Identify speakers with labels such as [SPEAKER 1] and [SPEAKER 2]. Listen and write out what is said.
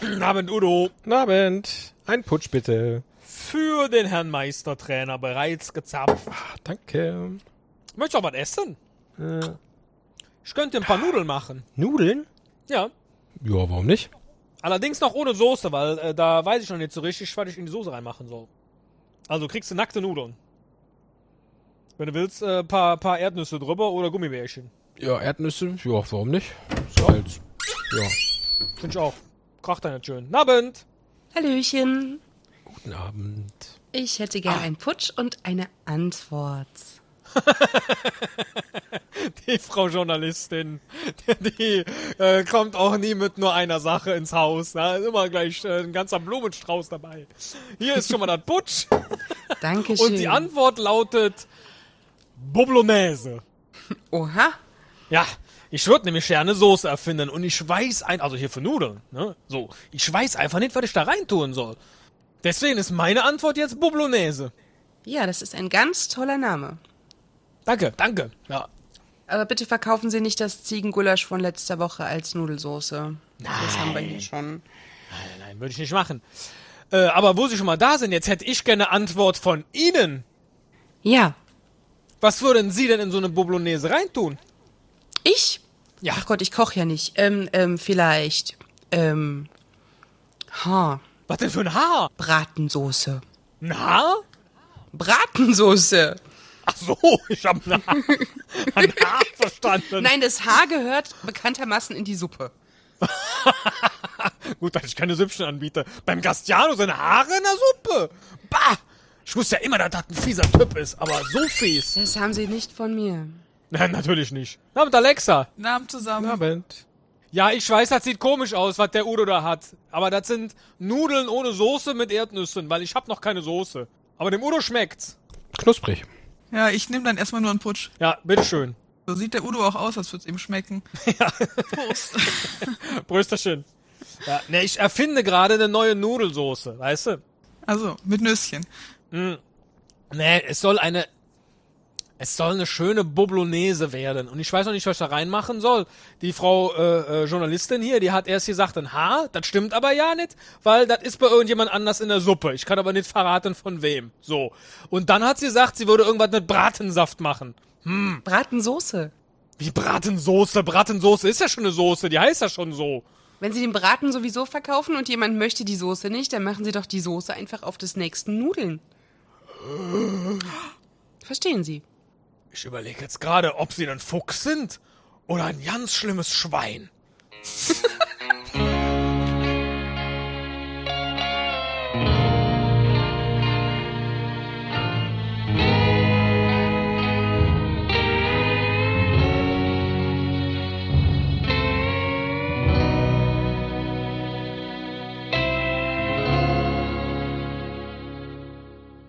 [SPEAKER 1] Guten Abend, Udo.
[SPEAKER 2] Guten Abend. Ein Putsch bitte.
[SPEAKER 1] Für den Herrn Meistertrainer bereits gezapft.
[SPEAKER 2] Ah, danke.
[SPEAKER 1] Möchtest du auch was essen?
[SPEAKER 2] Äh,
[SPEAKER 1] Ich könnte ein paar Nudeln machen.
[SPEAKER 2] Nudeln?
[SPEAKER 1] Ja.
[SPEAKER 2] Ja, warum nicht?
[SPEAKER 1] Allerdings noch ohne Soße, weil äh, da weiß ich noch nicht so richtig, was ich in die Soße reinmachen soll. Also kriegst du nackte Nudeln. Wenn du willst, äh, paar, paar Erdnüsse drüber oder Gummibärchen.
[SPEAKER 2] Ja, Erdnüsse. Ja, warum nicht? Salz. Ja.
[SPEAKER 1] Finde ich auch. Kracht dann nicht schön. Guten Abend.
[SPEAKER 3] Hallöchen.
[SPEAKER 2] Guten Abend.
[SPEAKER 3] Ich hätte gern
[SPEAKER 1] Ah.
[SPEAKER 3] einen Putsch und eine Antwort.
[SPEAKER 1] Die Frau Journalistin, die äh, kommt auch nie mit nur einer Sache ins Haus. Da ist immer gleich äh, ein ganzer Blumenstrauß dabei. Hier ist schon mal das Putsch.
[SPEAKER 3] Dankeschön.
[SPEAKER 1] Und die Antwort lautet Bolognese.
[SPEAKER 3] Oha.
[SPEAKER 1] Ja, ich würde nämlich ja eine Soße erfinden und ich weiß ein, also hier für Nudeln, ne? So, ich weiß einfach nicht, was ich da reintun soll. Deswegen ist meine Antwort jetzt Bolognese.
[SPEAKER 3] Ja, das ist ein ganz toller Name.
[SPEAKER 1] Danke, danke. Ja.
[SPEAKER 3] Aber bitte verkaufen Sie nicht das Ziegengulasch von letzter Woche als Nudelsoße. Das haben wir hier schon.
[SPEAKER 1] Nein, nein, würde ich nicht machen. Äh, aber wo Sie schon mal da sind, jetzt hätte ich gerne Antwort von Ihnen.
[SPEAKER 3] Ja,
[SPEAKER 1] Was würden Sie denn in so eine Bolognese reintun?
[SPEAKER 3] ich?
[SPEAKER 1] Ja.
[SPEAKER 3] Ach Gott, ich koche ja nicht. Ähm, ähm, vielleicht. Ähm, ha,
[SPEAKER 1] Was denn für ein Haar?
[SPEAKER 3] Bratensoße.
[SPEAKER 1] Ein Haar?
[SPEAKER 3] Bratensoße.
[SPEAKER 1] Ach so, ich habe ein Haar, ein Haar verstanden.
[SPEAKER 3] Nein, das Haar gehört bekanntermaßen in die Suppe.
[SPEAKER 1] Gut, dass ich keine Süppchen anbiete. Beim Gastiano sind Haare in der Suppe. Bah! Ich wusste ja immer, dass das ein fieser Typ ist, aber so fies.
[SPEAKER 3] Das haben Sie nicht von mir.
[SPEAKER 1] Nein, natürlich nicht. Na, mit Alexa.
[SPEAKER 4] Namen zusammen.
[SPEAKER 2] Guten Abend.
[SPEAKER 1] Ja, ich weiß, das sieht komisch aus, was der Udo da hat. Aber das sind Nudeln ohne Soße mit Erdnüssen, weil ich hab noch keine Soße. Aber dem Udo schmeckt's.
[SPEAKER 2] Knusprig.
[SPEAKER 4] Ja, ich nehme dann erstmal nur einen Putsch.
[SPEAKER 1] Ja, bitteschön.
[SPEAKER 4] So sieht der Udo auch aus, als würde es ihm schmecken.
[SPEAKER 1] Brüsterchen. Ja, ne, ich erfinde gerade eine neue Nudelsoße, weißt du?
[SPEAKER 4] Also, mit Nüsschen.
[SPEAKER 1] Nee, es soll eine. Es soll eine schöne Bolognese werden. Und ich weiß noch nicht, was ich da reinmachen soll. Die Frau äh, äh, Journalistin hier, die hat erst gesagt, ein Haar. Das stimmt aber ja nicht, weil das ist bei irgendjemand anders in der Suppe. Ich kann aber nicht verraten, von wem. So. Und dann hat sie gesagt, sie würde irgendwas mit Bratensaft machen.
[SPEAKER 3] Bratensoße.
[SPEAKER 1] Wie Bratensoße? Bratensoße ist ja schon eine Soße. Die heißt ja schon so.
[SPEAKER 3] Wenn Sie den Braten sowieso verkaufen und jemand möchte die Soße nicht, dann machen Sie doch die Soße einfach auf des nächsten Nudeln. Verstehen Sie?
[SPEAKER 1] Ich überlege jetzt gerade, ob sie ein Fuchs sind oder ein ganz schlimmes Schwein.